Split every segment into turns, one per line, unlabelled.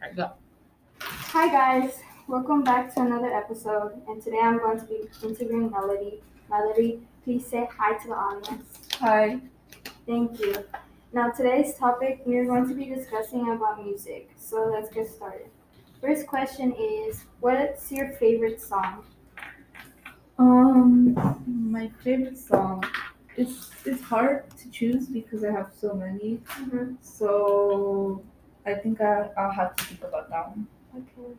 right, go.
Hi guys, welcome back to another episode, and today I'm going to be interviewing Melody. Melody, please say hi to the audience.
Hi.
Thank you. Now today's topic we're going to be discussing about music. So let's get started. First question is, what's your favorite song?
Um, my favorite song. It's it's hard to choose because I have so many. Mm-hmm.
Mhm.
So I think I I'll have to think about that one.
Okay.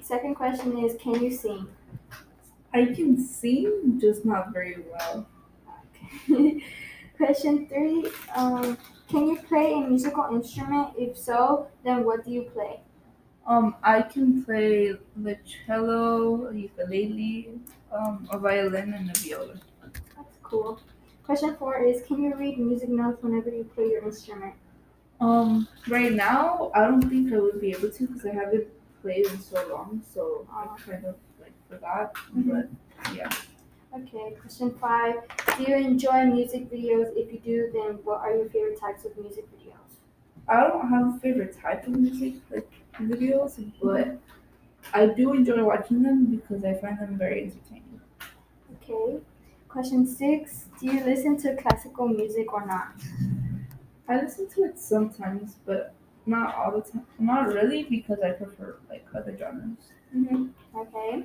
Second question is, can you sing?
I can sing, just not very well.
Okay. question three, um, can you play a musical instrument? If so, then what do you play?
Um, I can play the cello, a ukulele, um, a violin, and a viola.
That's cool. Question four is Can you read music notes whenever you play your instrument?
Um, right now I don't think I would be able to because I haven't played in so long, so I
Ah.
kind of like forgot.
Mhm. Okay, question five Do you enjoy music videos? If you do, then what are your favorite types of music videos?
But I don't have a favorite type of music like videos, but I do enjoy watching them because I find them very entertaining.
Okay. Question six Do you listen to classical music or not?
I listen to it sometimes, but not all the time. Not really because I prefer like other genres.
Mm-hmm. Okay.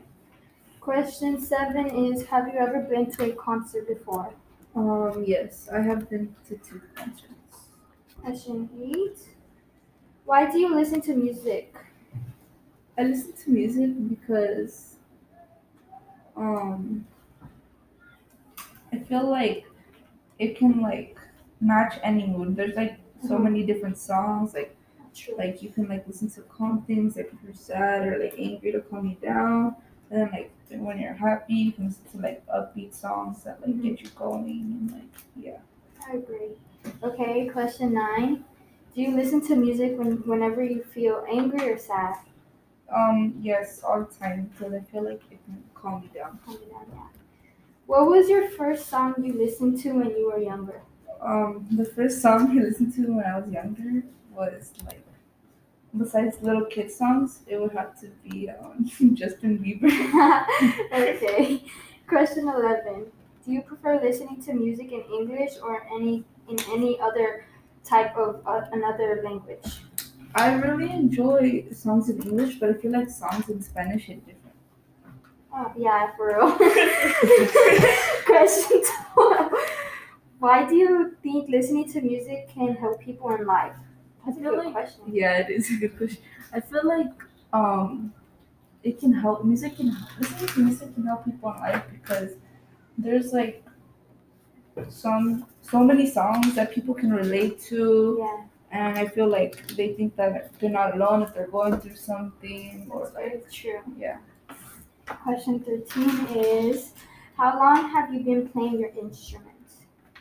Question seven is Have you ever been to a concert before?
Um, yes, I have been to two concerts.
Question eight Why do you listen to music?
I listen to music because um I feel like it can like match any mood. There's like so
Mhm.
many different songs. Like
True.
like you can like listen to calm things like if you're sad or like angry to calm you down. And then like when you're happy you can listen to like upbeat songs that like get you going and like yeah.
I agree. Okay, question nine. Do you listen to music when, whenever you feel angry or sad?
Um yes, all the time because I feel like it can calm me down.
Tell me that, yeah. What was your first song you listened to when you were younger?
Um, the first song I listened to when I was younger was like, besides little kid songs, it would have to be um, Justin Bieber.
okay. Question eleven. Do you prefer listening to music in English or any in any other type of uh, another language?
I really enjoy songs in English, but I feel like songs in Spanish hit different.
Oh, yeah, for real. Question twelve. Why do you think listening to music can help people in life? That's a
feel
good
like-
question.
Yeah, it is a good question. I feel like um, it can help. Music can listening to music can help people in life because there's like some so many songs that people can relate to.
Yeah,
and I feel like they think that they're not alone if they're going through something or
that's
like
very true.
yeah.
Question thirteen is, how long have you been playing your instrument?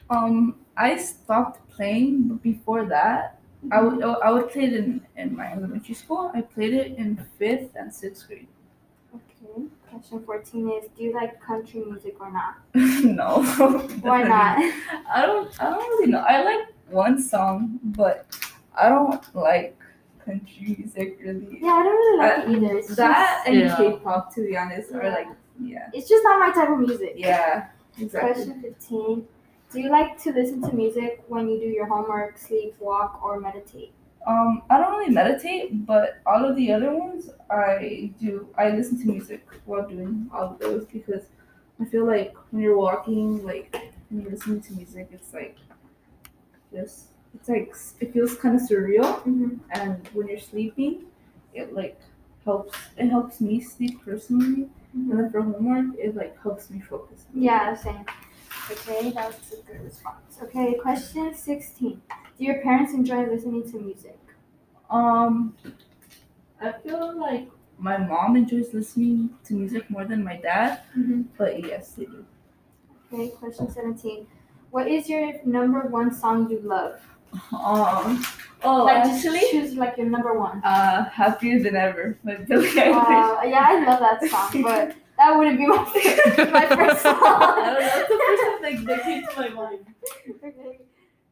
Um, I stopped playing, but before that, I would oh, I would play it in in my elementary school. I played it in fifth and sixth grade.
Okay. Question fourteen is, do you like country music or not?
no,
Why
definitely
not?
I don't. I don't really know. I like one song, but I don't like country music really.
yeah, I don't really like
Uh,
it either. It's
That
just,
and
Yeah.
K-pop, to be honest, are like yeah,
it's just not my type of music.
yeah, exactly.
Question 15. Do you like to listen to music when you do your homework, sleep, walk, or meditate?
Um, I don't really meditate, but all of the other ones I do. I listen to music while doing all of those because I feel like when you're walking, like when you're listening to music, it's like just it's like s- it feels kind of surreal.
Mm-hmm.
And when you're sleeping, it like helps. It helps me sleep personally, and then for homework, it like helps me focus.
Yeah, same. Okay, that was a good response. Okay, question 16. Do your parents enjoy listening to music?
Um, I feel like my mom enjoys listening to music more than my dad,
Mm-hmm.
but yes, they do.
Okay, question 17. What is your number one song you love?
Um, oh,
like, just
actually,
choose like your number one.
uh, happier than ever by Billie Eilish.
Wow, yeah, I love that song, but that wouldn't be my favorite, my first song.
I don't know, that's the first thing like, that came to my mind.
Okay.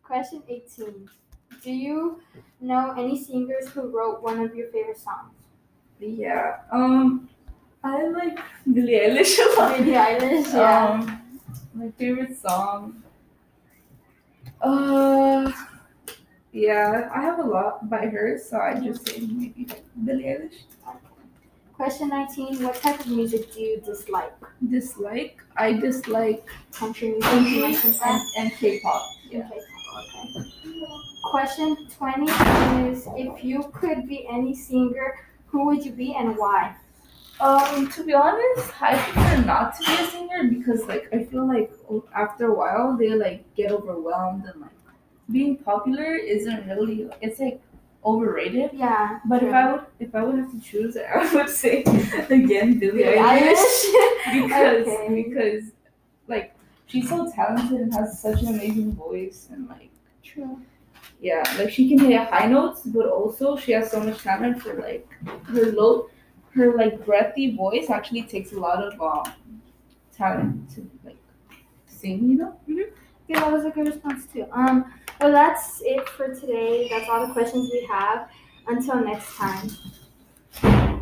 Question 18. Do you know any singers who wrote one of your favorite songs?
Yeah. Um, I like Billie Eilish a lot.
Billie Eilish, yeah.
Um, my favorite song. Uh, yeah, I have a lot by her, so I just say maybe Billie Eilish.
um, Question 19 What type of music do you dislike?
Dislike. I dislike
Country music, you mentioned
and,
that.
and K-pop. Yeah.
Okay. okay. Question 20 is If you could be any singer, who would you be and why?
Um, to be honest, I prefer not to be a singer because, like, I feel like o- after a while they like get overwhelmed and like being popular isn't really. It's like overrated.
Yeah.
But if
true.
I would, if I would have to choose, I would say again Billie
Billie
Eilish because
Okay.
because like she's so talented and has such an amazing voice and like
True.
yeah like she can hit high notes but also she has so much talent for like her low her like breathy voice actually takes a lot of um talent to like sing you know
Yeah, that was a good response too. Um, well, that's it for today. That's all the questions we have. Until next time.